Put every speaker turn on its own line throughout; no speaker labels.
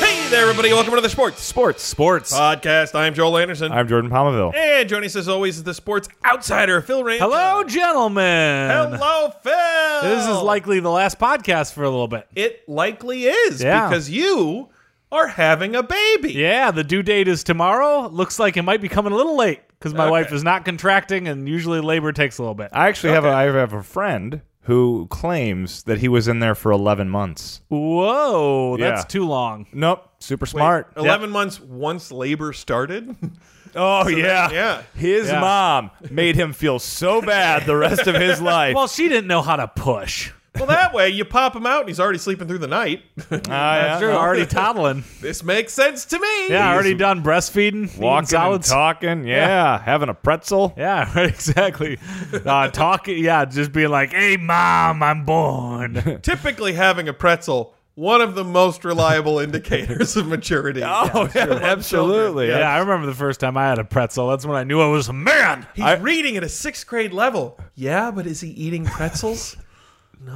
Hey there, everybody. Welcome to the Sports Sports
Sports.
Podcast. I'm Joel Anderson.
I'm Jordan Palmaville.
and joining us as always is the sports outsider, Phil Rand.
Hello, gentlemen.
Hello, Phil.
This is likely the last podcast for a little bit.
It likely is
Yeah.
because you are having a baby.
Yeah, the due date is tomorrow. Looks like it might be coming a little late because my
Okay.
wife is not contracting, and usually labor takes a little bit.
I actually have a, I have a friend who claims that he was in there for 11 months.
Whoa, that's
Yeah.
too long.
Nope, super smart.
11 months once labor started.
Oh yeah.
yeah.
His
Yeah.
mom made him feel so bad the rest of his life.
Well, she didn't know how to push.
well, that way you pop him out and he's already sleeping through the night.
Ah, yeah.
Sure, already toddling.
this makes sense to me.
Yeah, already done breastfeeding, eating
Walking
solids.
and talking, yeah, having a pretzel.
Yeah, right, exactly. Uh, talking, yeah, just being like, "Hey, mom, I'm born."
Typically, having a pretzel, one of the most reliable indicators of maturity.
Oh, yeah, absolutely.
yeah, I remember the first time I had a pretzel. That's when I knew I was a man.
He's reading at a sixth grade level. Yeah, but is he eating pretzels?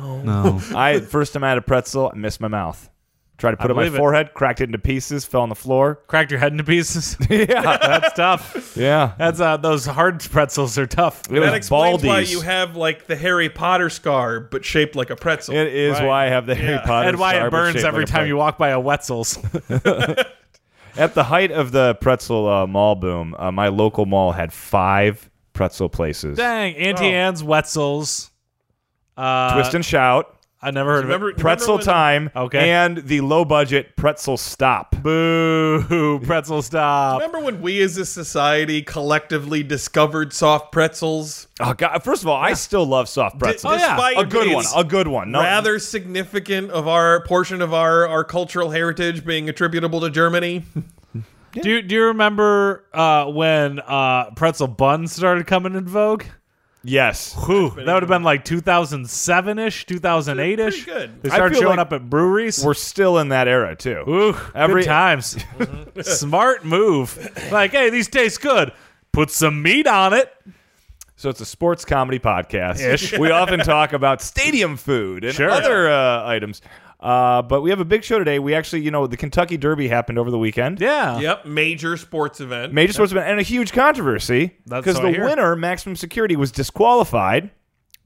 I first time I had a pretzel, I missed my mouth. Tried to put it on my
believe it.
forehead, cracked it into pieces, fell on the floor.
Cracked your head into pieces. yeah, that's tough.
Yeah.
That's uh, those hard pretzels are tough.
It
that
was
explains why
Baldi's.
you have like the Harry Potter scar, but shaped like a pretzel.
it is
Right.
why I have the Harry Potter
and why
star,
it
but
burns
shaped
every
like a
time
pretzel.
you walk by a Wetzel's.
At the height of the pretzel uh, mall boom, uh, my local mall had five pretzel places.
Dang, Auntie Anne's Wetzel's. Uh,
Twist and shout,
I never heard
Remember,
of it.
pretzel
remember when-
time,
Okay.
and the low budget pretzel stop.
Boo! Pretzel stop.
Remember when we as a society collectively discovered soft pretzels?
Oh God! First of all, I still love soft pretzels.
Oh, yeah.
Despite
a good one,
its
a good one.
Oh.
No,
rather significant of our portion of our, our cultural heritage being attributable to Germany.
Do Do you remember uh, when uh, pretzel buns started coming in vogue?
yes.
Whew, that would have been like 2007 ish, 2008 ish.
Pretty good.
They
I
started
feel
showing
like
up at breweries.
We're still in that era too.
Ooh,
Every-
good times. Smart move. Like, hey, these taste good. Put some meat on it.
So it's a sports comedy podcast. We often talk about stadium food and
Sure.
other uh, items. Uh, but we have a big show today. We actually, you know, the Kentucky Derby happened over the weekend.
Yeah.
Yep, major sports event.
Major sports event and a huge controversy
That's
because
what I
the
hear.
winner, Maximum Security, was disqualified.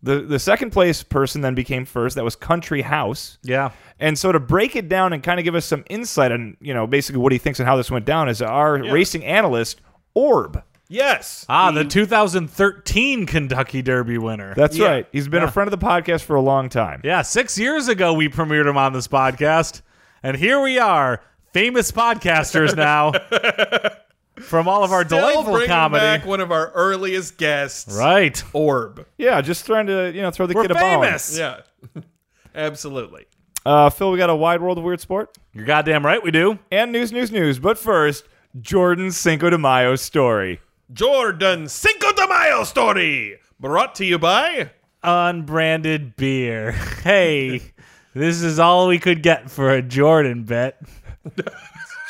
The the second place person then became first. That was Country House.
Yeah.
And so to break it down and kind of give us some insight on you know basically what he thinks and how this went down is our racing analyst Orb.
yes.
Ah, the 2013 Kentucky Derby winner.
That's
Yeah.
right. He's been a friend of the podcast for a long time.
yeah, six years ago we premiered him on this podcast. And here we are, famous podcasters now from all of our
Still
delightful
bringing
comedy.
back one of our earliest guests,
Right.
Orb.
Yeah, just trying to you know throw the
We're
kid a bone.
famous.
Yeah, absolutely.
Uh, Phil, we got a wide world of weird sport
You're goddamn right we do.
and news, news, news. But first, Jordan's Cinco de Mayo story.
Jordan Cinco de Mayo story brought to you by
Unbranded beer. Hey, this is all we could get for a Jordan bet.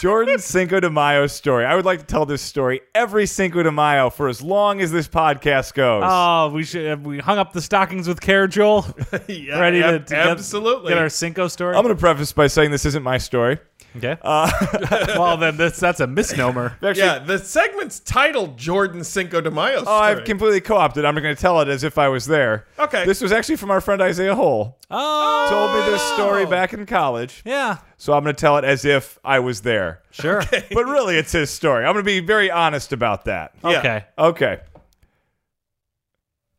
Jordan Cinco de Mayo story. I would like to tell this story every Cinco de Mayo for as long as this podcast goes.
Oh, we should have we hung up the stockings with Care Joel.
Yeah,
Ready to,
ab-
to get-
absolutely
get, our Cinco story.
I'm uh, going to preface by saying this isn't my story.
okay. well, then that's that's a misnomer.
Actually,
yeah. The segment's titled Jordan Cinco de Mayo. Story.
oh, I've completely co-opted. I'm going to tell it as if I was there.
Okay.
This was actually from our friend Isaiah Hole.
Oh,
Told me this story back in college,
yeah,
so I'm going to tell it as if I was there.
sure.
But really, it's his story. I'm going to be very honest about that.
Yeah.
Okay.
Okay.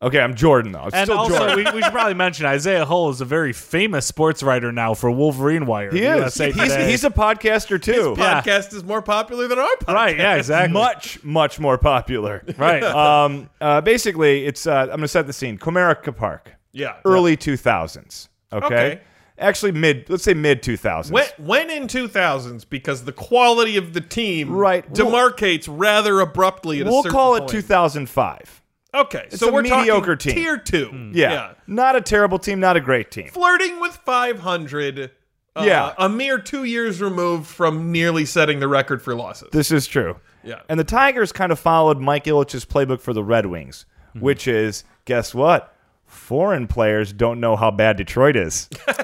Okay, I'm Jordan though. I'm
And
still
also,
Jordan.
we, we should probably mention Isaiah Hull is a very famous sports writer now for Wolverine Wire.
he is.
USA
He's,
Today.
he's a podcaster too.
Yeah.
podcast is more popular than our podcast.
right. Yeah, exactly.
much, much more popular.
Right.
Um, uh, basically, it's uh, I'm going to set the scene. Comerica Park,
Yeah.
early 2000s. Okay?
Okay.
Actually, mid. Let's say mid 2000s.
When, when in 2000s, because the quality of the team
Right.
demarcates rather abruptly at a
we'll
certain
call
point.
it 2005.
Okay, so
a
we're
mediocre
talking
team. Hmm.
tier two.
Yeah. Not a terrible team. Not a great team.
flirting with 500, Uh,
Yeah.
a mere two years removed from nearly setting the record for losses.
This is true.
Yeah.
And the Tigers kind of followed Mike Ilitch's playbook for the Red Wings,
Mhm.
which is guess what? Foreign players don't know how bad Detroit is.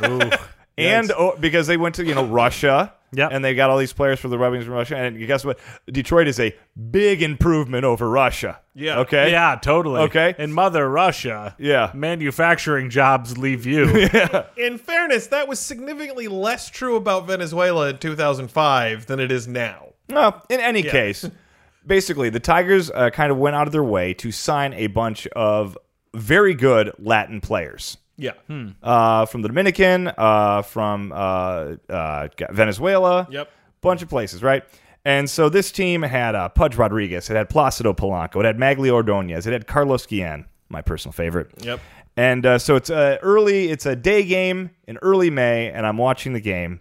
and oh, because they went to, you know, Russia.
Yep.
And they got all these players for the Red Wings from Russia. And guess what? Detroit is a big improvement over Russia.
Yeah.
Okay.
Yeah, totally.
Okay.
In Mother Russia,
Yeah.
manufacturing jobs leave you.
In fairness, that was significantly less true about Venezuela in 2005 than it is now.
Well, in any case, basically, the Tigers uh, kind of went out of their way to sign a bunch of very good Latin players.
Yeah. Hmm.
uh, from the Dominican, uh, from uh, uh, Venezuela.
Yep.
Bunch of places, right? And so this team had uh, Pudge Rodriguez, it had Placido Polanco, it had Magli Ordonez, it had Carlos Guillen, my personal favorite.
Yep.
And uh, so it's uh, early, it's a day game in early May, and I'm watching the game.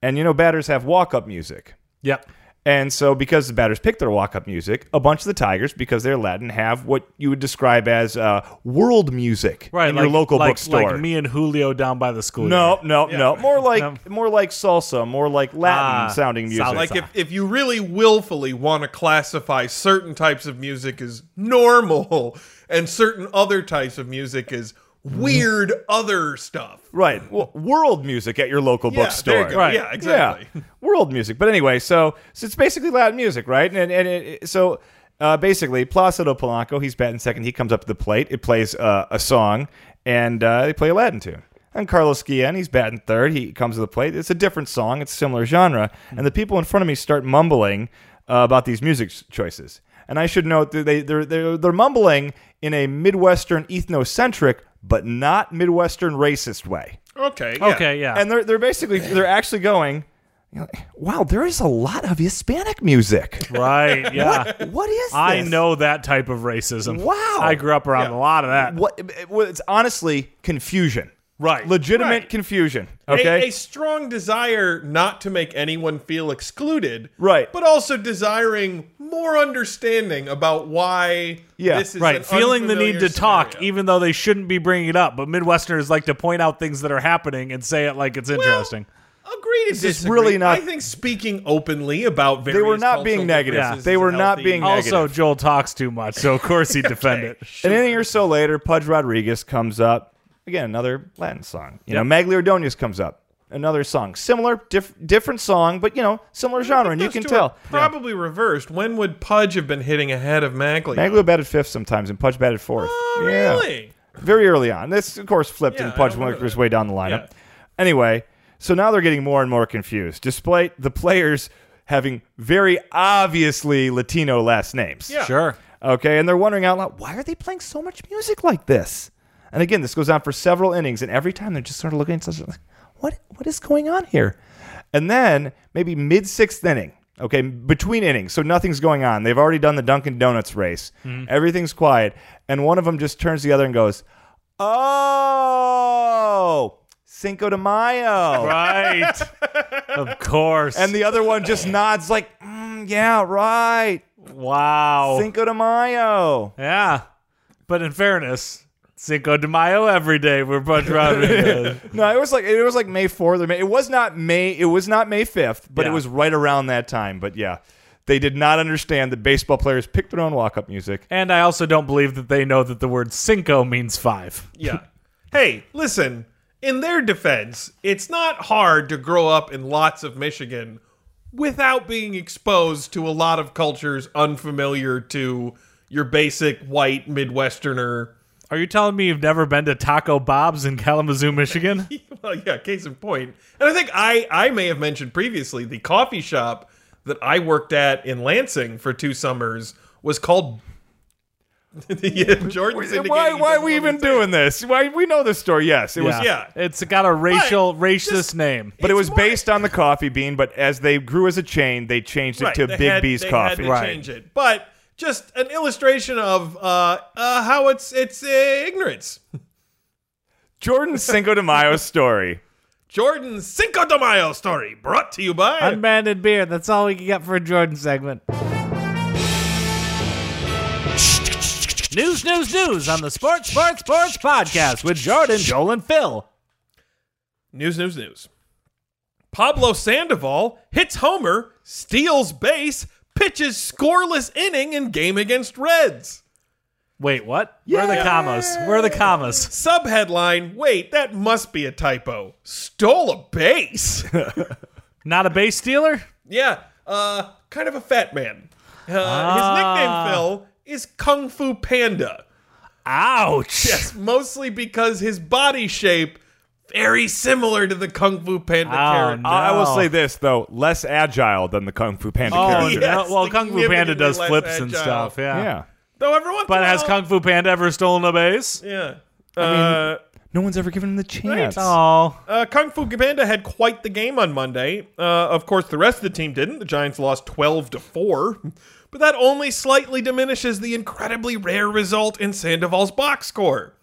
And you know, batters have walk up music.
yep.
And so, because the batters pick their walk up music, a bunch of the Tigers, because they're Latin, have what you would describe as uh, world music
Right.
in
like,
your local
like,
bookstore.
Like me and Julio down by the school.
No, no, no. More like
No.
more like salsa, more like Latin
Ah,
sounding music.
salsa.
Like if, if you really willfully want to classify certain types of music as normal and certain other types of music as weird other stuff.
right. Well, world music at your local
Yeah,
bookstore.
there you go.
Right.
Yeah, exactly.
Yeah. World music. But anyway, so, so it's basically Latin music, right? And and it, so uh, basically Placido Polanco, he's batting second, he comes up to the plate, it plays uh, a song and uh, they play a Latin tune. And Carlos Guillen, he's batting third. He comes to the plate. It's a different song. It's a similar genre. And the people in front of me start mumbling uh, about these music s- choices. And I should note that they, they're, they're, they're mumbling in a Midwestern ethnocentric, but not Midwestern racist way.
Okay. Yeah.
Okay, yeah.
And they're, they're basically, they're actually going, you know, wow, there is a lot of Hispanic music.
right, yeah.
What is
I
this?
know that type of racism.
Wow.
I grew up around
Yeah.
a lot of that.
What, it- well, it's honestly confusion.
Right.
Legitimate
Right.
confusion.
A-
Okay.
A, strong desire not to make anyone feel excluded,
Right.
But also desiring more understanding about why
Yeah,
this is
Right,
an
feeling the
unfamiliar
need to talk,
scenario.
even though they shouldn't be bringing it up. But Midwesterners like to point out things that are happening and say it like it's interesting.
Agree to
is
disagree.
really not-
I think speaking openly about various
were not
cultural
being negative.
differences
They
is
were
a
not
healthy-
being neg-
also,
negative.
Joel talks too much, so of course he'd defend it.
An inning or so later, Pudge Rodriguez comes up. Again, another Latin song. You know, Magli Ordonez comes up. Another song. Similar, diff- different song, but, you know, similar genre, and you
Those
can
two
tell.
are Probably reversed. When would Pudge have been hitting ahead of Maglio?
Magli batted fifth sometimes, and Pudge batted fourth.
Oh,
Yeah.
really?
Very early on. This, of course, flipped,
Yeah,
and
I
Pudge
don't remember
worked his
that.
way down the lineup.
Yeah.
Anyway, so now they're getting more and more confused, despite the players having very obviously Latino last names.
Yeah.
Sure.
Okay, and they're wondering out loud, why are they playing so much music like this? And again, this goes on for several innings, and every time they're just sort of looking at each other like, what what is going on here? And then maybe mid sixth inning, okay, between innings, so nothing's going on. They've already done the Dunkin' Donuts race. Everything's quiet, and one of them just turns to the other and goes, "Oh, Cinco de Mayo."
Right. of course.
And the other one just nods like, mm, "Yeah, right,
wow.
Cinco de Mayo."
yeah. But in fairness, Cinco de Mayo every day. We're Bud Rodriguez.
No, it was like it was like May fourth or May. It was not May. It was not May fifth, but it
Yeah.
was right around that time. But yeah, they did not understand that baseball players picked their own walk-up music.
and I also don't believe that they know that the word Cinco means five.
Yeah. Hey, listen, in their defense, it's not hard to grow up in lots of Michigan without being exposed to a lot of cultures unfamiliar to your basic white Midwesterner.
Are you telling me you've never been to Taco Bob's in Kalamazoo, Michigan?
Well, yeah, case in point. And I think I, I may have mentioned previously the coffee shop that I worked at in Lansing for two summers was called. yeah, Jordan's indicating
Why?
he
Why
doesn't
are we
want me
even
to say
doing this? Why we know this story? Yes, it was.
yeah.
It's got a racial,
But
racist
just-
name.
But it
It's
was
more-
based on the coffee bean. But as they grew as a chain, they changed it
Right,
to
they
Big
had-
B's
they
Coffee.
Had to change it, but just an illustration of uh, uh, how it's it's uh, ignorance.
Jordan Cinco de Mayo's story.
Jordan's Cinco de Mayo story brought to you by.
Unbranded beer. That's all we can get for a Jordan segment. News, news, news on the Sports, Sports, Sports podcast with Jordan, Joel, and Phil.
news, news, news. Pablo Sandoval hits homer, steals base, pitches scoreless inning in game against Reds.
Wait, what? Where are the commas? Where are the commas?
Subheadline, wait, that must be a typo. Stole a base.
Not a base stealer?
yeah, uh, kind of a fat man. Uh,
Ah.
His nickname, Phil, is Kung Fu Panda.
Ouch.
Yes, mostly because his body shape very similar to the Kung Fu Panda
Oh,
character.
no.
I will say this though, less agile than the Kung Fu Panda
Oh,
character.
yeah.
no.
Yes,
well, Kung Fu Panda does
significantly less
flips and
agile.
stuff. Yeah.
Yeah.
Though everyone,
But has Kung Fu Panda ever stolen a base?
yeah. Uh,
No one's ever given him the chance.
Oh,
uh, Kung Fu Panda had quite the game on Monday. Uh, of course, the rest of the team didn't. The Giants lost twelve to four, but that only slightly diminishes the incredibly rare result in Sandoval's box score.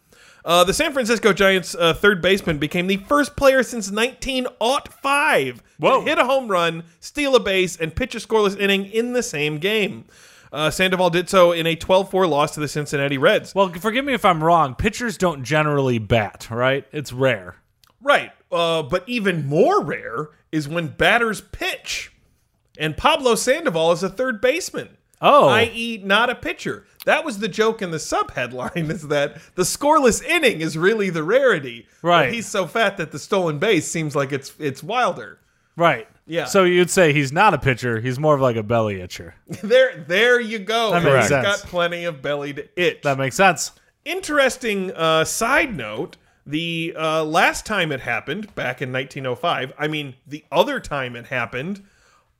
Uh, the San Francisco Giants' uh, third baseman became the first player since 1905
Whoa.
to hit a home run, steal a base, and pitch a scoreless inning in the same game. Uh, Sandoval did so in a 12-4 loss to the Cincinnati Reds.
well, forgive me if I'm wrong. Pitchers don't generally bat, right? It's rare.
Right. Uh, but even more rare is when batters pitch. And Pablo Sandoval is a third baseman.
Oh.
I.e., not a pitcher. That was the joke in the sub headline is that the scoreless inning is really the rarity. But
Right.
he's so fat that the stolen base seems like it's it's wilder.
Right.
Yeah.
So you'd say he's not a pitcher. He's more of like a belly itcher.
there there you go.
That makes
He's
sense.
got plenty of belly to itch.
That makes sense.
Interesting uh, side note the uh, last time it happened, back in 1905, I mean, the other time it happened,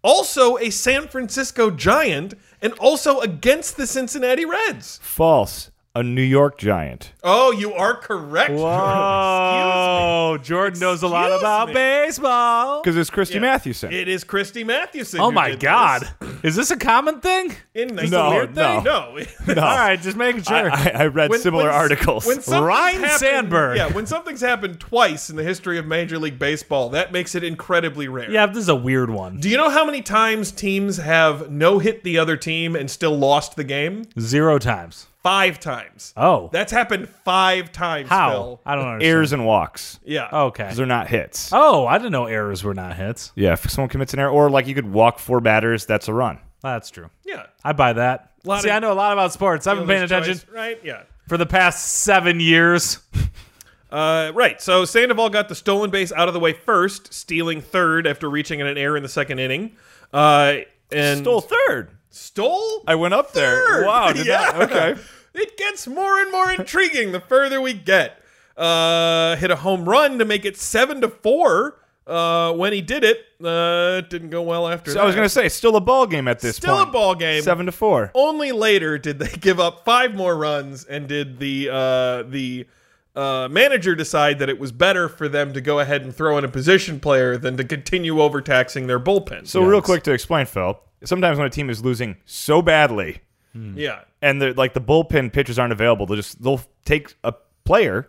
also a San Francisco Giant and also against the Cincinnati Reds.
False. A New York Giant.
Oh, you are correct. Jordan.
Oh, Jordan knows a lot
Excuse
about
me.
baseball.
Because it's Christy Mathewson.
Excuse me. It is Christy Mathewson.
Oh
who
my
did
God.
this
Is this a common thing?
In
No,
19-
no.
no.
All right, just making sure.
I, I read
When-
similar
when-
articles.
When something's
Ryan
happened-
Sandberg.
Yeah, when something's happened twice in the history of Major League Baseball, that makes it incredibly rare.
yeah, this is a weird one.
Do you know how many times teams have no hit the other team and still lost the game?
Zero times.
Five times.
Oh.
That's happened five times.
How?
Phil.
I don't understand.
errors and walks.
Yeah.
Okay.
Those are not hits.
Oh, I didn't know errors were not hits.
Yeah, if someone commits an error, or like you could walk four batters, that's a run.
That's true.
Yeah.
I buy that.
Lot
See,
of-
I know a lot about sports. I've been paying
Fielder's
attention
choice, right? Yeah.
for the past seven years.
Uh, right. So Sandoval got the stolen base out of the way first, stealing third after reaching an error in the second inning. Uh, and
third.
Stole?
I went up there.
Third.
Wow. Did
yeah.
That, okay.
It gets more and more intriguing the further we get. Uh, hit a home run to make it seven to four. Uh, when he did it, uh, it didn't go well after
So
that.
I was gonna say, still a ball game at this
Still
point.
a ball game.
Seven to four.
Only later did they give up five more runs and did the uh, the uh, manager decide that it was better for them to go ahead and throw in a position player than to continue overtaxing their bullpen.
So real quick to explain, Phil. Sometimes when a team is losing so badly,
yeah,
and the like the bullpen pitchers aren't available, they'll just they'll take a player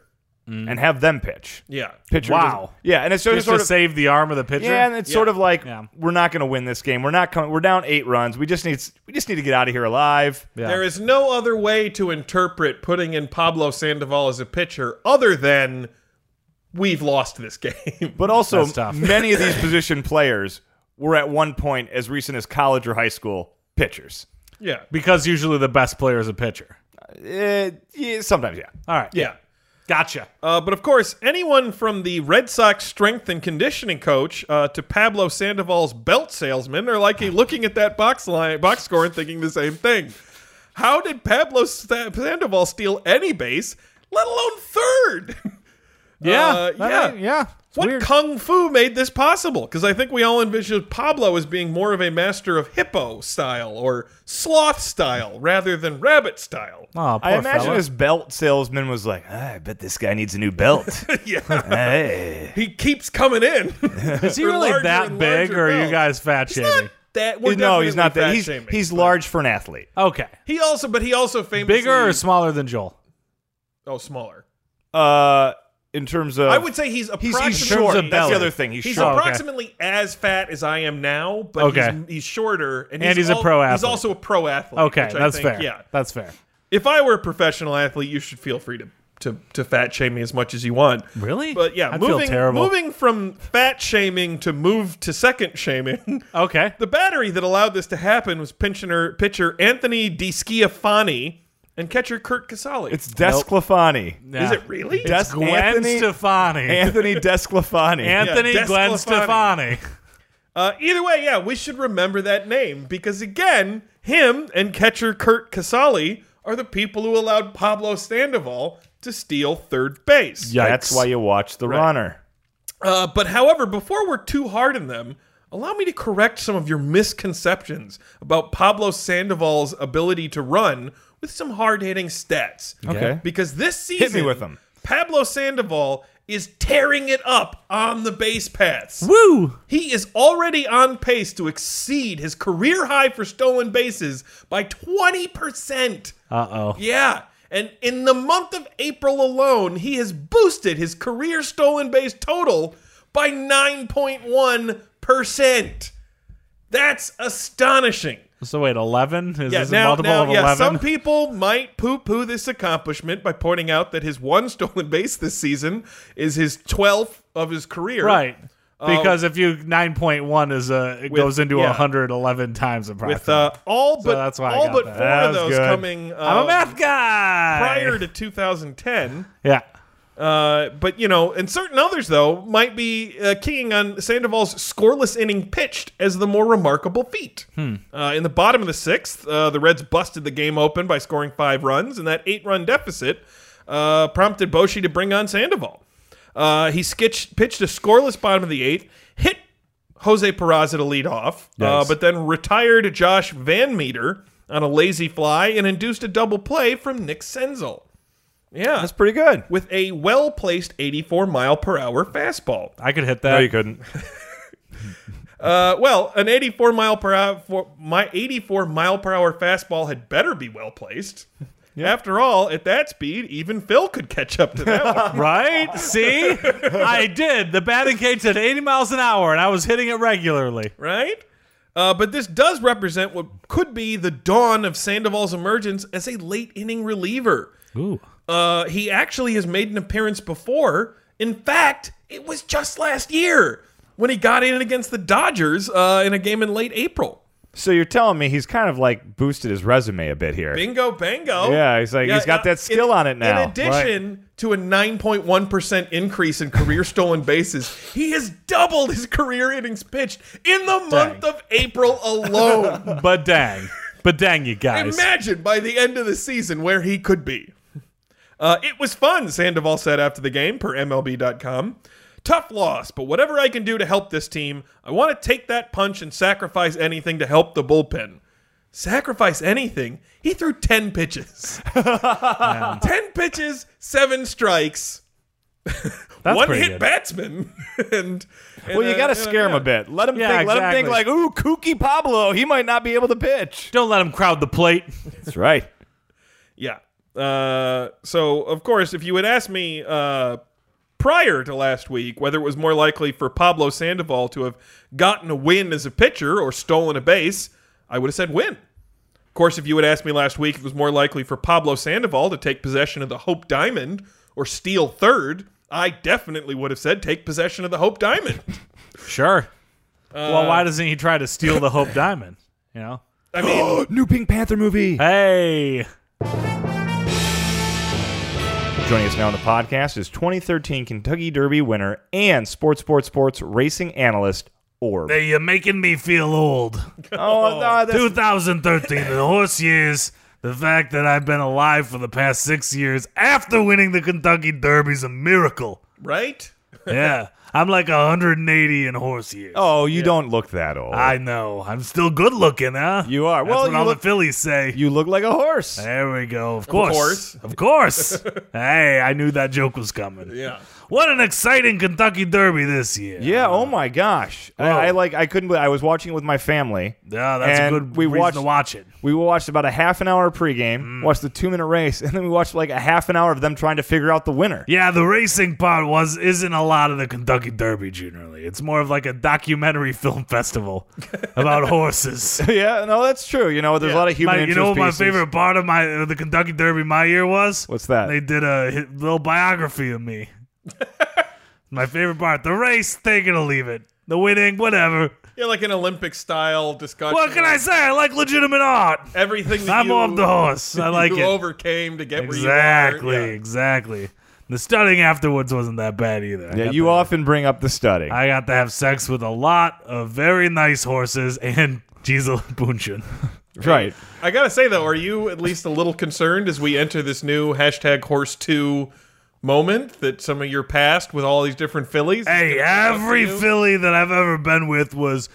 and have them pitch.
yeah.
Pitcher.
Wow.
doesn't- Yeah, and it's just,
Just
sort
to
of
save the arm of the pitcher.
yeah, and it's
Yeah.
sort of like
Yeah.
we're not going to win this game. We're not coming. We're down eight runs. We just need we just need to get out of here alive.
Yeah.
There is no other way to interpret putting in Pablo Sandoval as a pitcher other than we've lost this game.
But also,
That's tough.
many of these position players were at one point as recent as college or high school pitchers.
yeah.
because usually the best player is a pitcher.
Eh, yeah, sometimes, yeah.
All right.
Yeah.
Gotcha.
Uh, but of course, anyone from the Red Sox strength and conditioning coach uh, to Pablo Sandoval's belt salesman are likely looking at that box line, box score and thinking the same thing. How did Pablo Sa- Sandoval steal any base, let alone third?
Yeah.
Uh,
That
yeah.
ain't- yeah. It's
what
weird.
kung fu made this possible? Because I think we all envisioned Pablo as being more of a master of hippo style or sloth style rather than rabbit style.
Aw,
I
poor
imagine
fella.
this belt salesman was like, "Ah, I bet this guy needs a new belt. Eh.
yeah,
hey.
he keeps coming in.
Is he
for
really
larger
that
and
big,
larger
or are you
belts.
guys fat shaming?
Not that we're
No,
definitely
he's not that.
fat
He's,
shaming.
he's large for an athlete.
Okay.
He also, but he also famously
Bigger or smaller than Joel?
oh smaller.
Uh, in terms of,
I would say he's
he's,
approximately
he's short.
of
That's
belly. Oh,
the other thing. He's,
he's
short.
okay.
approximately as fat as I am now, but
Okay.
he's, he's shorter, and he's,
And he's a
al-
pro
He's
athlete.
also a pro athlete.
Okay,
which I
that's
think-
fair.
Yeah,
That's fair.
if I were a professional athlete, you should feel free to to to fat shame me as much as you want.
Really?
But yeah,
I feel
moving
terrible.
moving from fat shaming to move to second shaming.
Okay.
The battery that allowed this to happen was pensioner pitcher Anthony DiSchiafani and catcher Kurt Casale.
It's Desclafani.
Is it really?
It's
That's
Gwen
Anthony-
Stefani.
Anthony Desclafani.
Anthony
Yeah,
Gwen
Desclafani.
Stefani.
Uh, either way, yeah, we should remember that name because again, him and catcher Kurt Casale are the people who allowed Pablo Sandoval to steal third base.
That's why you watch The Runner.
Uh, but however, before we're too hard on them, allow me to correct some of your misconceptions about Pablo Sandoval's ability to run with some hard hitting stats.
Okay.
Because this season,
with 'em.
Pablo Sandoval is tearing it up on the base paths.
Woo!
He is already on pace to exceed his career high for stolen bases by 20%.
Uh oh.
Yeah. And in the month of April alone, he has boosted his career stolen base total by 9.1%. That's astonishing.
So wait, eleven is
Yeah,
this
now,
a multiple
now,
of
yeah,
eleven?
some people might poo poo this accomplishment by pointing out that his one stolen base this season is his 12th of his career.
right. Because if you nine point one is a it goes into
Um, yeah.
hundred eleven times approximately.
With uh, all but
that's why I
all
got
but
that.
four
That
of
was
those
good.
coming uh,
I'm a math guy.
prior to 2010.
yeah.
Uh, but you know, and certain others though might be uh, keying on Sandoval's scoreless inning pitched as the more remarkable feat. Uh, in the bottom of the sixth, uh, the Reds busted the game open by scoring five runs, and that eight-run deficit uh, prompted Boshi to bring on Sandoval. Uh, he skitched, pitched a scoreless bottom of the eighth, hit Jose Peraza to lead off, uh, but then retired Josh Van Meter on a lazy fly and induced a double play from Nick Senzel. Yeah,
That's pretty good.
with a well placed 84 mile per hour fastball.
I could hit that.
couldn't.
Uh, well, an 84 mile per hour for my 84 mile per hour fastball had better be well placed. After all, at that speed, even Phil could catch up to that one.
Right? See? I did. The batting cage at 80 miles an hour, and I was hitting it regularly.
right? Uh, but this does represent what could be the dawn of Sandoval's emergence as a late inning reliever.
Ooh.
Uh, he actually has made an appearance before. In fact, it was just last year when he got in against the Dodgers uh, in a game in late April.
So you're telling me he's kind of like boosted his resume a bit here.
Bingo, bango.
Yeah, he's like- he's got
uh,
that skill on it now.
In addition to a 9.1% increase in career stolen bases, he has doubled his career innings pitched in the month of April alone.
But dang. But dang, you guys.
Imagine by the end of the season where he could be. Uh, it was fun, Sandoval said after the game, per MLB.com. Tough loss, but whatever I can do to help this team, I want to take that punch and sacrifice anything to help the bullpen. Sacrifice anything? He threw 10 pitches. 10 pitches, seven strikes,
That's
one
pretty
hit
good.
batsman. and, and,
Well, you
uh,
got to
and, uh,
scare him
yeah.
a bit. Let him
Yeah,
think. Let him think like,
exactly.
"Ooh, kooky Pablo, he might not be able to pitch."
Don't let him crowd the plate.
That's right.
Yeah. Uh, so, of course, if you had asked me uh, prior to last week whether it was more likely for Pablo Sandoval to have gotten a win as a pitcher or stolen a base, I would have said win. Of course, if you had asked me last week if it was more likely for Pablo Sandoval to take possession of the Hope Diamond or steal third, I definitely would have said take possession of the Hope Diamond.
Sure. well,
Uh,
why doesn't he try to steal the Hope Diamond? You know?
I mean,
New Pink Panther movie.
Hey.
Joining us now on the podcast is 2013 Kentucky Derby winner and sports, sports, sports racing analyst Orb.
Hey, you're making me feel old.
Oh, no, that's
2013, the horse years. The fact that I've been alive for the past six years after winning the Kentucky Derby's a miracle.
right?
Yeah. I'm like 180 in horse years.
Oh, you don't look that old.
I know. I'm still good looking, huh?
You are.
That's
Well,
what
you
all
look-
the Phillies say.
you look like a horse.
there we go. Of course.
course.
Of course. hey, I knew that joke was coming.
Yeah.
What an exciting Kentucky Derby this year.
Yeah. Oh my gosh. I, I like. I couldn't. believe I was watching it with my family.
Yeah, that's
And
a good
we
reason
watched-
to watch it.
We watched about a half an hour pregame,
Mm.
watched the two minute race, and then we watched like a half an hour of them trying to figure out the winner.
Yeah, the racing part was isn't a lot of the Kentucky Kentucky Derby generally. It's more of like a documentary film festival about horses.
yeah, no, that's true. You know, there's a lot of human
My- you
interest
know what my
pieces.
favorite part of my uh, the Kentucky Derby my year was?
What's that?
They did a hi- little biography of me. my favorite part: the race, take it or leave it. The winning, whatever.
Yeah, like an Olympic style discussion.
What can I say? I like legitimate art.
Everything that
I'm
you,
off the horse. I like
you
it.
overcame to get
exactly,
where you are. Yeah.
exactly. The studying afterwards wasn't that bad either. I
yeah,
got
you
to-
often bring up the study.
I got to have sex with a lot of very nice horses and Gisela Bunchen.
right.
I gotta say though, are you at least a little concerned as we enter this new hashtag horse two moment that some of your past with all these different fillies? is gonna
Hey,
be up to
every
you?
filly that I've ever been with was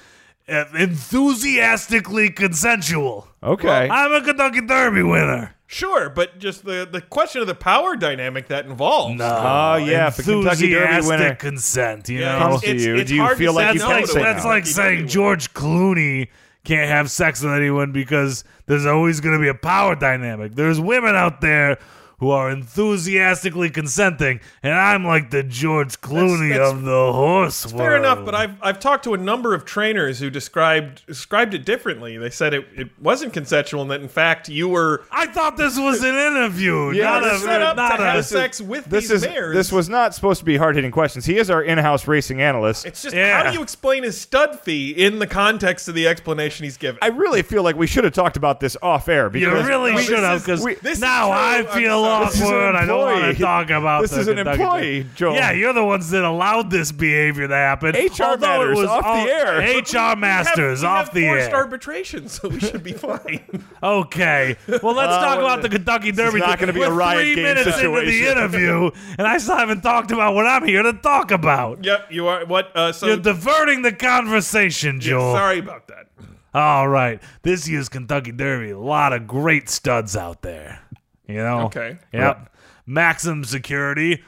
uh, enthusiastically consensual.
Okay.
I'm a Kentucky Derby winner.
Sure, but just the the question of the power dynamic that involves.
Oh, yeah, if a Kentucky Derby
enthusiastic
winner-
consent. You
Yeah,
know,
comes to
It's-
you,
it's
do you
hard to
feel like
say
you
that's
no
can
like
to
say
that.
that's
no?
like
Kentucky
saying
Derby
George Clooney can't have sex with anyone because there's always going to be a power dynamic. There's women out there who are enthusiastically consenting, and I'm like the George Clooney
that's-
of the horse world.
Fair enough, but I've I've talked to a number of trainers who described described it differently. They said it, it wasn't consensual and that in fact you were
I thought this was an interview,
Yeah,
not a,
this is set
up to
not a-
have sex with
This
these
is
mares.
this was not supposed to be hard hitting questions. He is our in house racing analyst.
It's just
Yeah.
how do you explain his stud fee in the context of the explanation he's given?
I really feel like we should have talked about this off air
You
because
really
this
should have,
is-
because
we- this is
now
true.
I
I'm
feel
sorry.
This is an
awkward. I don't want to
employee.
talk about
This
the
is an
Kentucky Derby.
employee, Joel.
Yeah, you're the ones that allowed this behavior to happen.
HR
Although
matters,
it was
off the
all-
air.
HR masters
we have, we
off
have
the
forced
air.
arbitration, so we should be fine.
Okay. Well, let's talk about the Kentucky Derby.
Uh, not
thing.
gonna be
We're
a riot
three
game
minutes into the
situation.
interview, and I still haven't talked about what I'm here to talk about.
yep, you are what? Uh, so
You're diverting the conversation, Joel.
sorry about that.
All right. This year's Kentucky Derby, a lot of great studs out there. You know?
Okay.
Yep. Maxim Security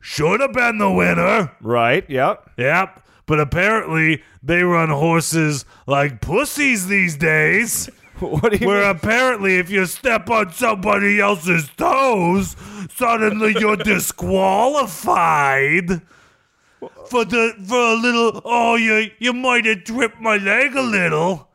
should have been the winner.
right, yep.
Yep. But apparently they run horses like pussies these days.
What do you
Where
mean?
apparently if you step on somebody else's toes, suddenly you're disqualified. For the for a little oh you you might have tripped my leg a little.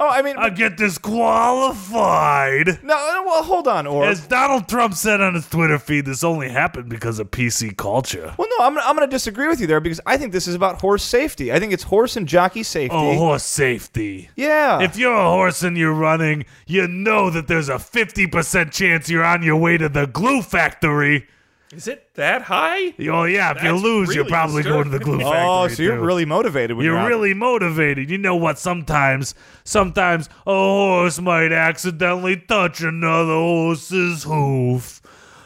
Oh, I mean
I get disqualified.
no, no, well hold on, or
As Donald Trump said on his Twitter feed, this only happened because of PC culture.
Well, no, I'm, I'm going to disagree with you there because I think this is about horse safety. I think it's horse and jockey safety. Ah.
Oh, horse safety.
yeah.
If you're a horse and you're running, you know that there's a 50% chance you're on your way to the glue factory.
Is it that high?
Oh, yeah, if you
That's
lose, you're
really
probably going to the glue
disturbing.
factory.
oh, so you're
too.
really motivated when you're,
You're
out-
really motivated. You know what? Sometimes, sometimes a horse might accidentally touch another horse's hoof.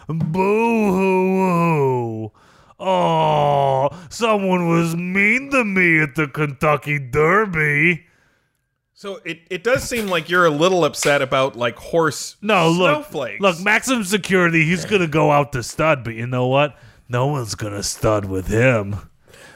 Boo hoo hoo. Oh, someone was mean to me at the Kentucky Derby.
So it, it does seem like you're a little upset about like horse
No, look,
snowflakes.
look, Maximum Security. He's gonna go out to stud, but you know what? No one's gonna stud with him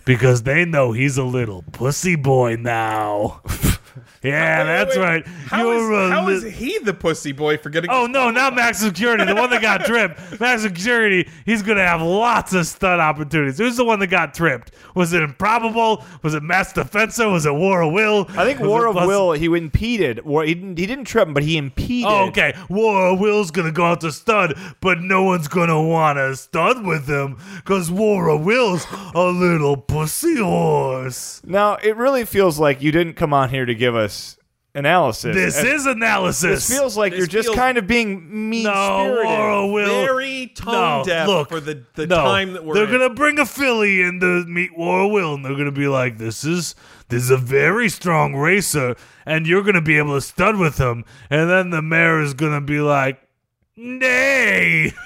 because they know he's a little pussy boy now.
Wait,
yeah,
wait,
that's
wait.
right.
How is-
You're a
how
li-
is he the pussy boy for getting?
Oh no, not Max Security, the one that got tripped. Max Security, he's gonna have lots of stud opportunities. Who's the one that got tripped? Was it improbable? Was it Mass Defensa? Was it War of Will?
I think
Was
War
it
of
Plus-
Will, he impeded. Or he, didn't, he didn't trip him, but he impeded.
Oh, okay. War of Will's gonna go out to stud, but no one's gonna wanna stud with him, cause War of Will's a little pussy horse.
Now, it really feels like you didn't come on here to give us analysis.
This
And
is analysis.
It feels like
This
you're just
feels-
kind of being mean
no,
spirited.
War of Will.
very tone
no,
deaf
look,
for the, the
no,
time that we're
they're
in.
gonna bring a filly in to meet War Will, and they're gonna be like, "This is this is a very strong racer, and you're gonna be able to stud with him." And then the mayor is gonna be like, "Nay."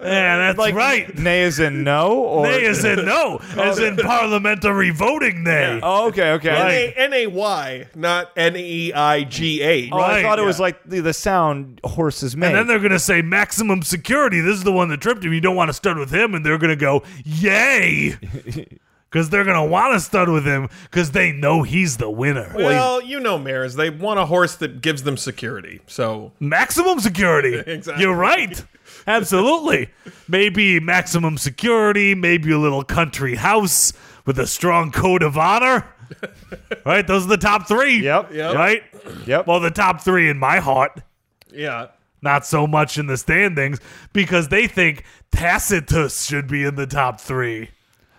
yeah, that's
like,
right.
Nay is in no? Or,
Nay is in no, as in parliamentary voting. Nay.
Oh, okay, okay.
N-A- N-A-Y, not E N-E-I-G-H.
Oh, I
right,
thought it
yeah.
was like the, the sound horses make.
And then they're going to say maximum security. This is the one that tripped him. You don't want to stud with him. And they're going to go, yay. because they're gonna want to stud with him because they know he's the winner.
Well, you know mares. They want a horse that gives them security. So
maximum security.
Exactly.
You're right. Absolutely. maybe maximum security, maybe a little country house with a strong code of honor. right? Those are the top three.
Yep, yep.
Right?
Yep.
Well, the top three in my heart.
yeah.
Not so much in the standings because they think Tacitus should be in the top three.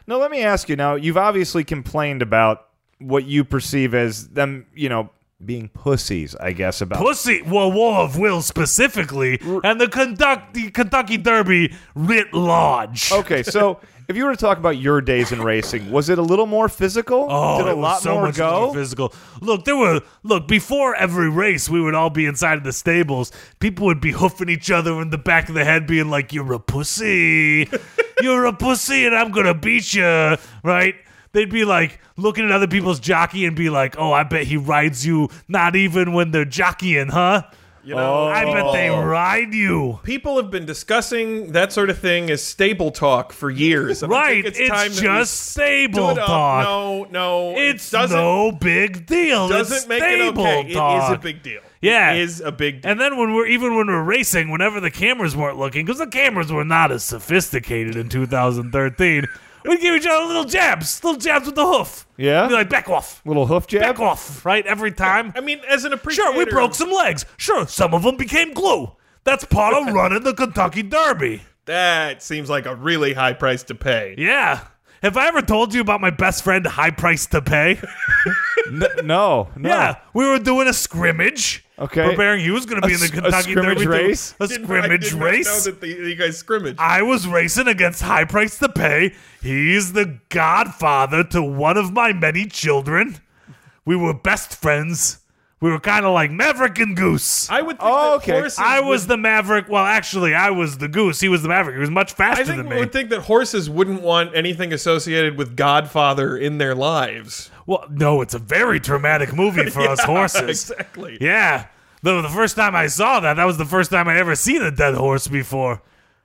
Now, let me ask you. Now, you've obviously complained about what you perceive as them, you know, being pussies. I guess about
Pussy, well, War of Will specifically, and the Kentucky, Kentucky Derby writ large.
Okay, so if you were to talk about your days in racing, was it a little more physical?
Oh,
Did a
it was
lot
so
more
much
go?
more physical. Look, there were look before every race, we would all be inside of the stables. People would be hoofing each other in the back of the head, being like, "You're a pussy, you're a pussy, and I'm gonna beat you." Right? They'd be like looking at other people's jockey and be like, "Oh, I bet he rides you, not even when they're jockeying, huh?
You know, Oh.
I bet they ride you."
people have been discussing that sort of thing as stable talk for years. and I
Right?
think
It's,
that we
just
do
stable
it up.
talk.
No, no, it
It's
doesn't
no big deal. it's
doesn't make it
stable
okay. It is a
talk.
big deal.
Yeah.
it is a big deal.
And then when we're even when we're racing, whenever the cameras weren't looking, because the cameras were not as sophisticated in 2013, we'd give each other little jabs, little jabs with the hoof.
Yeah?
be like back off,
Little hoof jab.
back off, right every time.
I mean, as an appreciator,
Sure, we broke some legs. Sure, some of them became glue. That's part of running the Kentucky Derby.
That seems like a really high price to pay.
Yeah. Have I ever told you about my best friend, High Price to Pay?
N- no, no.
Yeah, we were doing a scrimmage.
Okay.
Preparing he was going to be
A
in the
s- a
Kentucky
scrimmage
Derby. doing
race?
A
I didn't-
scrimmage
I did
race.
Not know that the, you guys scrimmage.
I was racing against High Price to Pay. He's the godfather to one of my many children. We were best friends. We were kind of like Maverick and Goose.
I would think
Oh,
that
okay.
horses.
I
would-
was the Maverick. Well, actually, I was the Goose. He was the Maverick. He was much faster
I think
than
we
me.
would think that horses wouldn't want anything associated with Godfather in their lives.
well, no, it's a very traumatic movie for us horses.
Exactly.
Yeah. Though the first time I saw that, that was the first time I'd ever seen a dead horse before.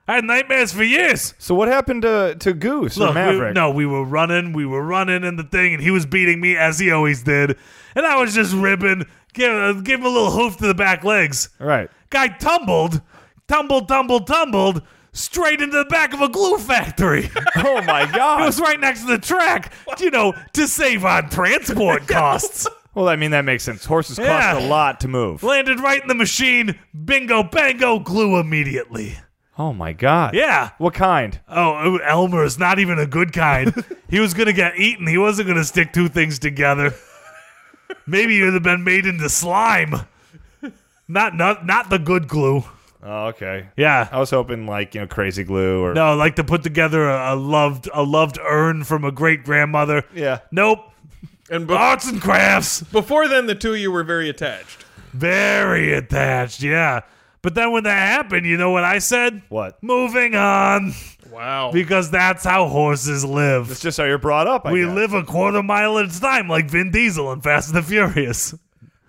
I had nightmares for years.
So what happened to to Goose or
Look, we-
Maverick?
no, we were running, we were running in the thing, and he was beating me as he always did, and I was just ribbing, give, uh, give him a little hoof to the back legs.
All right.
Guy tumbled, tumbled, tumbled, tumbled, straight into the back of a glue factory. it
Oh my God.
was right next to the track, you know, to save on transport costs.
well, I mean that makes sense. Horses
Yeah.
cost a lot to move.
Landed right in the machine, bingo, bango, glue immediately.
Oh my God.
Yeah.
What kind?
Oh, Elmer's not even a good kind. he was gonna get eaten. He wasn't gonna stick two things together. Maybe you'd have been made into slime. Not not not the good glue.
Oh, okay.
Yeah.
I was hoping like you know crazy glue or
No, like to put together a, a loved a loved urn from a great grandmother.
Yeah.
Nope.
And be-
Arts and crafts.
before then, the two of you were very attached.
Very attached, yeah. But then when that happened, you know what I said?
What?
Moving on.
Wow.
Because that's how horses live.
It's just how you're brought up. I
We
guess.
live a quarter mile at a time, like Vin Diesel in Fast and the Furious.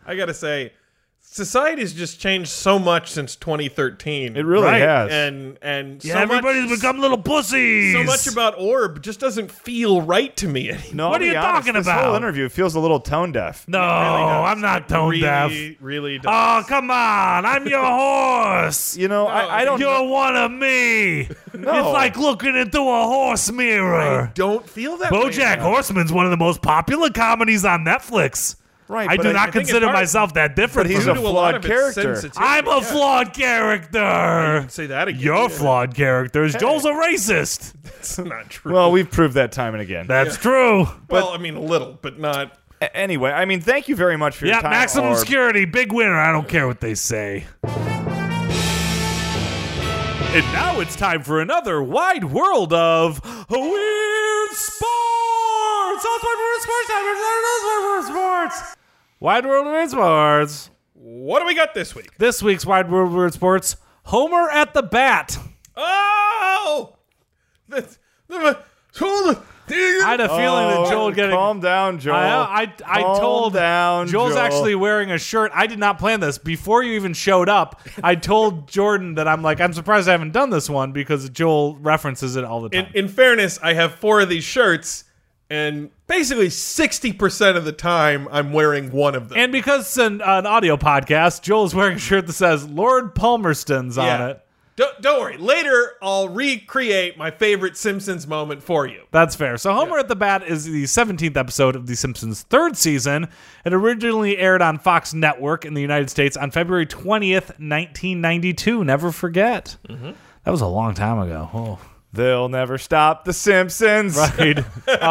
I gotta say, society's just changed so much since 2013.
It really
Right,
has.
and and
Yeah,
so
everybody's
much,
become little pussies.
so much about orb just doesn't feel right to me anymore.
no,
What
I'll
are
be
you
honest,
talking
this Whole
about?
interview feels a little tone deaf.
No,
really does.
I'm not tone
really,
deaf.
Really does.
Oh, come on. I'm your horse.
You know,
No,
I, I don't.
You're one of me. It's like looking into a horse mirror.
don't feel that. way
Bojack
about it.
Horseman's one of the most popular comedies on Netflix.
Right,
I
but
do
I-
not
I
think it's
consider
hard-
myself that different.
he's
from
Due
a
him.
to a lot
flawed
of its
character.
sensitivity.
I'm a
Yeah,
flawed character.
Say that again.
You're
Yeah,
flawed characters. Joel's a racist.
That's not true.
Well, we've proved that time and again.
That's true.
Well, I mean, a little, but not.
A- anyway, I mean, thank you very much for
Yeah,
your time.
maximum
Orb.
security, big winner. I don't care what they say. And now it's time for another wide world of weird sports. sports. Wide world of weird sports.
What do we got this week?
This week's wide world of weird sports: Homer at the bat.
Oh, that's.
I had a feeling
Oh,
that Joel would get it.
calm down, Joel.
I, I, I
Calm
told
down.
Joel's
Joel.
actually wearing a shirt. I did not plan this before you even showed up. I told Jordan that I'm like I'm surprised I haven't done this one because Joel references it all the time.
In, in fairness, I have four of these shirts, and basically 60% of the time I'm wearing one of them.
And because it's an, an audio podcast, Joel is wearing a shirt that says Lord Palmerston's on it.
Don't, don't worry. Later, I'll recreate my favorite Simpsons moment for you.
That's fair. So Homer at the Bat is the 17th episode of The Simpsons' third season. It originally aired on Fox Network in the United States on February 20th, 1992. Never forget.
Mm-hmm.
That was a long time ago. Oh,
They'll never stop the Simpsons.
right. oh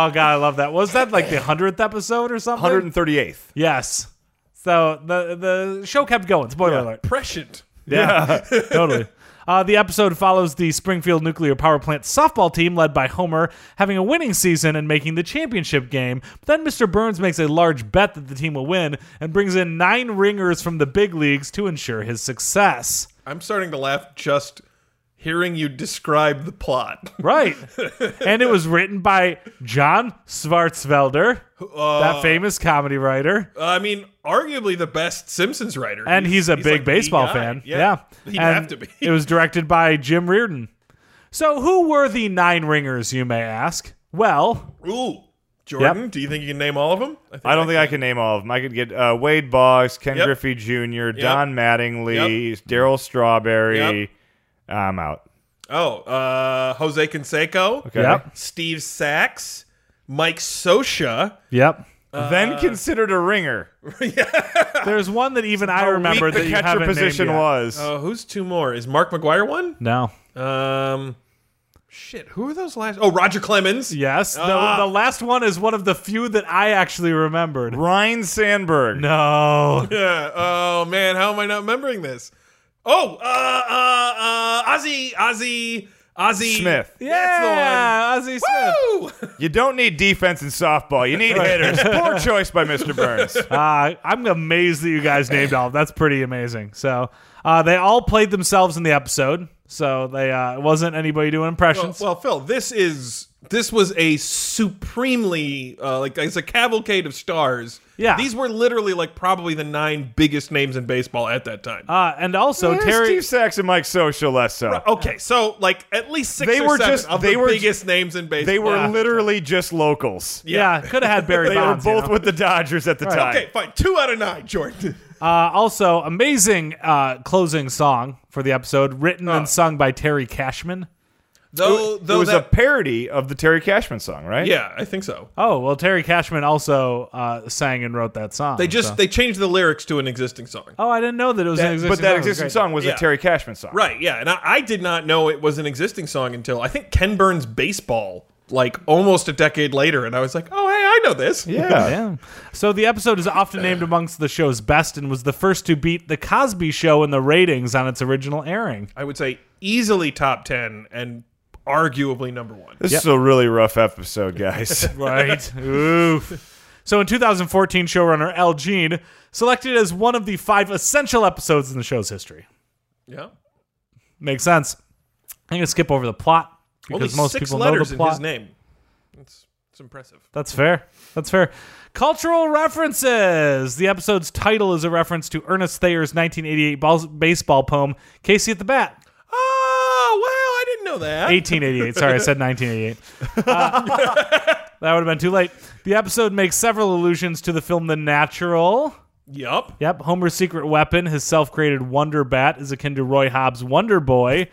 God, I love that. Was that like the 100th episode or something?
138th.
Yes. So the the show kept going. Spoiler alert.
Prescient.
Yeah, totally. Uh, the episode follows the Springfield Nuclear Power Plant softball team led by Homer having a winning season and making the championship game. But then Mr. Burns makes a large bet that the team will win and brings in nine ringers from the big leagues to ensure his success.
I'm starting to laugh just hearing you describe the plot.
Right. and it was written by John Schwartzwelder,
uh,
that famous comedy writer.
I mean, arguably the best Simpsons writer.
And he's, a big
like the
baseball
guy.
fan. Yeah.
He'd
And
have to be.
it was directed by Jim Reardon. So, who were the nine ringers, you may ask? Well,
Ooh. Jordan, do you think you can name all of them? think
I don't think I can name all of them. I could get uh, Wade Boggs, Ken
Yep.
Griffey Jr., Don Mattingly, Daryl Strawberry. I'm out.
Oh, uh, Jose Canseco.
Okay.
Yep.
Steve Sachs. Mike Sosha.
yep.
Uh,
then considered a ringer.
There's one that even I
weak
remember
the
that
The
you
catcher
haven't
position
named yet.
was
Uh, who's two more? Is Mark McGuire one?
No.
Um, shit. Who are those last? Oh, Roger Clemens.
Yes. The,
Ah.
the last one is one of the few that I actually remembered.
Ryan Sandberg.
No.
Yeah. Oh man, how am I not remembering this? Oh, uh, uh, uh, Ozzy, Ozzy, Ozzy
Smith.
Yeah, Ozzie Smith.
That's the one. Woo!
You don't need defense in softball. You need hitters. Poor choice by Mr. Burns.
Uh, I'm amazed that you guys named all. of them. That's pretty amazing. So uh, they all played themselves in the episode. So they uh, it wasn't anybody doing
Well,
impressions.
well, Phil, this is this was a supremely uh, like it's a cavalcade of stars.
Yeah.
these were literally like probably the nine biggest names in baseball at that time.
uh, and also
Where's
Terry. Oh,
Steve Sachs and Mike Social less so.
okay, so like at least six
They
or
were
seven
just-
of
they
the
were-
biggest names in baseball.
They were
Yeah.
literally just locals.
yeah, could have had Barry
They
Bonds. you
were
know?
both with the Dodgers at the time.
okay, fine, two out of nine, Jordan.
Uh, also, amazing uh, closing song for the episode, written
Oh.
and sung by Terry Cashman.
Though,
it
though
was
that,
a parody of the Terry Cashman song, right?
yeah, I think so.
Oh well, Terry Cashman also uh, sang and wrote that song.
They just they changed the lyrics to an existing song.
Uh,
oh, I didn't know that it was an existing.
But that
song.
existing
Great.
song was
Yeah.
a Terry Cashman song.
Right, yeah, and I, I did not know it was an existing song until I think Ken Burns Baseball, like almost a decade later, and I was like, oh hey, I know this.
Yeah.
Yeah. So the episode is often named amongst the show's best and was the first to beat The Cosby Show in the ratings on its original airing.
I would say easily top ten and arguably number one.
This is a really rough episode, guys.
Right. Oof. So in 2014, showrunner Al Jean selected it as one of the five essential episodes in the show's history.
Yeah,
Makes sense. I'm going to skip over the plot because
only
most
six
people know
letters
the
in
plot.
his name. It's it's impressive.
That's fair. That's fair. Cultural references. The episode's title is a reference to Ernest Thayer's 1988 bas- baseball poem, Casey at the Bat.
Oh wow, I didn't know that.
1888. Sorry, I said 1988. Uh, that would have been too late. The episode makes several allusions to the film The Natural.
Yup.
Yep, Homer's secret weapon, his self created Wonder Bat, is akin to Roy Hobbs' Wonder Boy.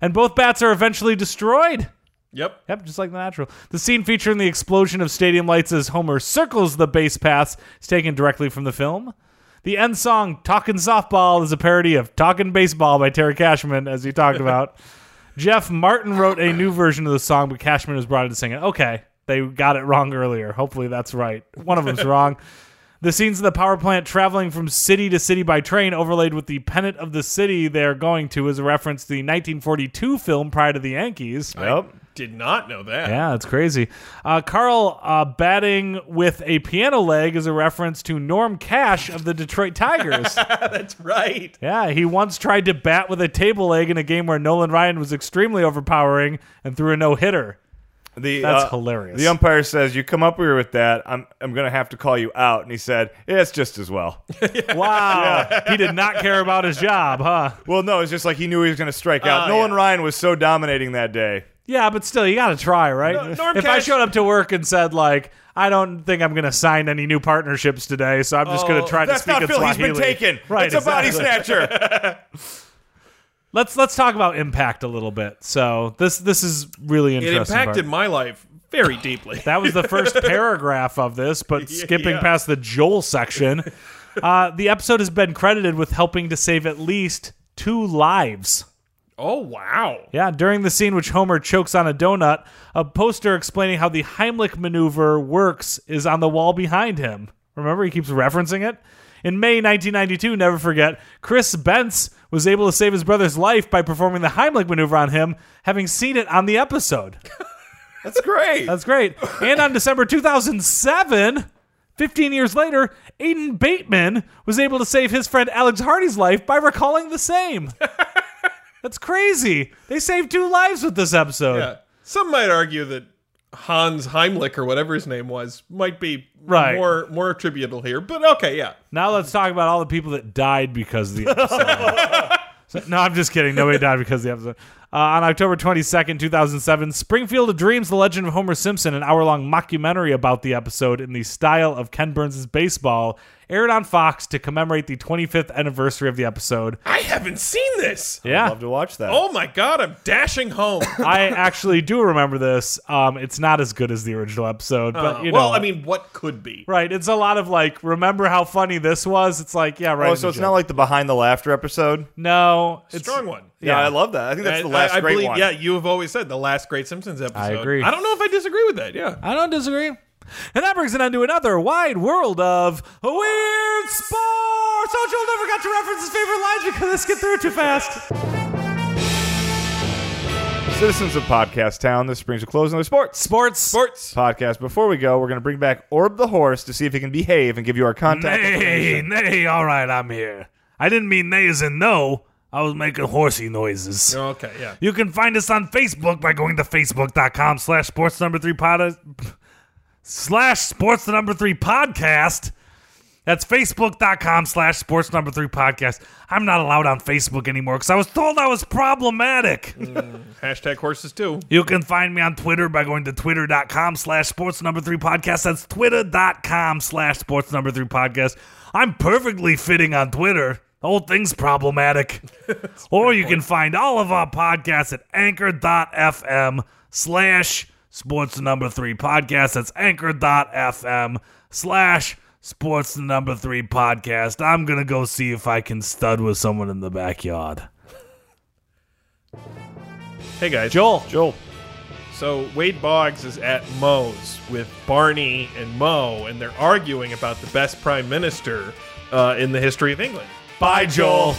And both bats are eventually destroyed.
Yep.
Yep, just like The Natural. The scene featuring the explosion of stadium lights as Homer circles the base paths is taken directly from the film. The end song, Talkin' Softball, is a parody of Talkin' Baseball by Terry Cashman, as you talked about. Jeff Martin wrote a new version of the song, but Cashman was brought in to sing it. Okay, they got it wrong earlier. Hopefully that's right. One of them's wrong. The scenes of the power plant traveling from city to city by train, overlaid with the pennant of the city they're going to, is a reference to the 1942 film Pride of the Yankees.
Yep.
Did not know that.
Yeah, it's crazy. Uh, Carl uh, batting with a piano leg is a reference to Norm Cash of the Detroit Tigers.
That's right.
yeah, he once tried to bat with a table leg in a game where Nolan Ryan was extremely overpowering and threw a no hitter.
The,
That's
uh,
hilarious.
The umpire says, "You come up here with that, I'm I'm gonna have to call you out." And he said, yeah, "It's just as well."
Wow. He did not care about his job, huh?
well, no, it's just like he knew he was gonna strike out.
Oh,
Nolan
yeah.
Ryan was so dominating that day.
Yeah, but still, you got to try, right?
No- Norm
if I
Cash-
showed up to work and said, like, I don't think I'm going to sign any new partnerships today, so I'm just going to
Oh,
try to
That's
speak
not
in
Phil. He's
Swahili.
been taken.
Right,
it's a body
exactly.
snatcher.
Let's let's talk about impact a little bit. So this this is really
It
interesting. part.
impacted my life very deeply.
That was the first paragraph of this, but skipping
yeah.
past the Joel section, uh, the episode has been credited with helping to save at least two lives.
oh wow.
Yeah, during the scene which Homer chokes on a donut, a poster explaining how the Heimlich maneuver works is on the wall behind him. Remember, he keeps referencing it? In May 1992, never forget, Chris Bentz was able to save his brother's life by performing the Heimlich maneuver on him, having seen it on the episode.
That's great.
That's great. And on December 2007, 15 years later, Aiden Bateman was able to save his friend Alex Hardy's life by recalling the same. That's crazy. They saved two lives with this episode.
Yeah. Some might argue that Hans Heimlich or whatever his name was might be
Right.
more more attributable here, but okay, yeah.
Now let's talk about all the people that died because of the episode. So- no, I'm just kidding. Nobody died because of the episode. Uh, on October 22nd, 2007, Springfield of Dreams, The Legend of Homer Simpson, an hour long mockumentary about the episode in the style of Ken Burns' baseball, aired on Fox to commemorate the 25th anniversary of the episode.
I haven't seen this.
Yeah.
I'd love to watch that.
Oh my god, I'm dashing home.
I actually do remember this. Um, it's not as good as the original episode, but you know.
Uh, well, I mean, what could be?
Right, it's a lot of like, remember how funny this was? It's like, yeah, right.
Oh,
in
so
the
it's
joke.
not like the behind the laughter episode.
no, it's
Strong one.
Yeah,
Yeah.
I love that. I think that's the
I-
last
I, I
great
believe,
one.
Yeah, you have always said the last great Simpsons episode.
agree.
I don't know if I disagree with that. Yeah.
I don't disagree. And that brings it on to another wide world of weird sports. Oh, Joel never got to reference his favorite lines because let's get through it too fast.
Citizens of Podcast Town. This brings a close on the sports
Sports.
Sports.
podcast. Before we go, we're going to bring back Orb the horse to see if he can behave and give you our contact.
Nay,
information.
nay, all right, I'm here. I didn't mean nay as in no. I was making horsey noises.
Okay, yeah.
You can find us on Facebook by going to facebook.com slash sports number three pod slash sports the number three podcast. That's facebook.com slash sports number three podcast. I'm not allowed on Facebook anymore because I was told I was problematic.
Hashtag horses too.
You can find me on Twitter by going to twitter.com slash sports number three podcast. That's twitter.com slash sports number three podcast. I'm perfectly fitting on Twitter. The whole thing's problematic. or you can find all of our podcasts at anchor.fm slash sports number three podcast. That's anchor.fm slash sports number three podcast. I'm going to go see if I can stud with someone in the backyard.
Hey guys.
Joel.
Joel.
So Wade Boggs is at Moe's with Barney and Moe, and they're arguing about the best prime minister uh, in the history of England.
Bye, Joel.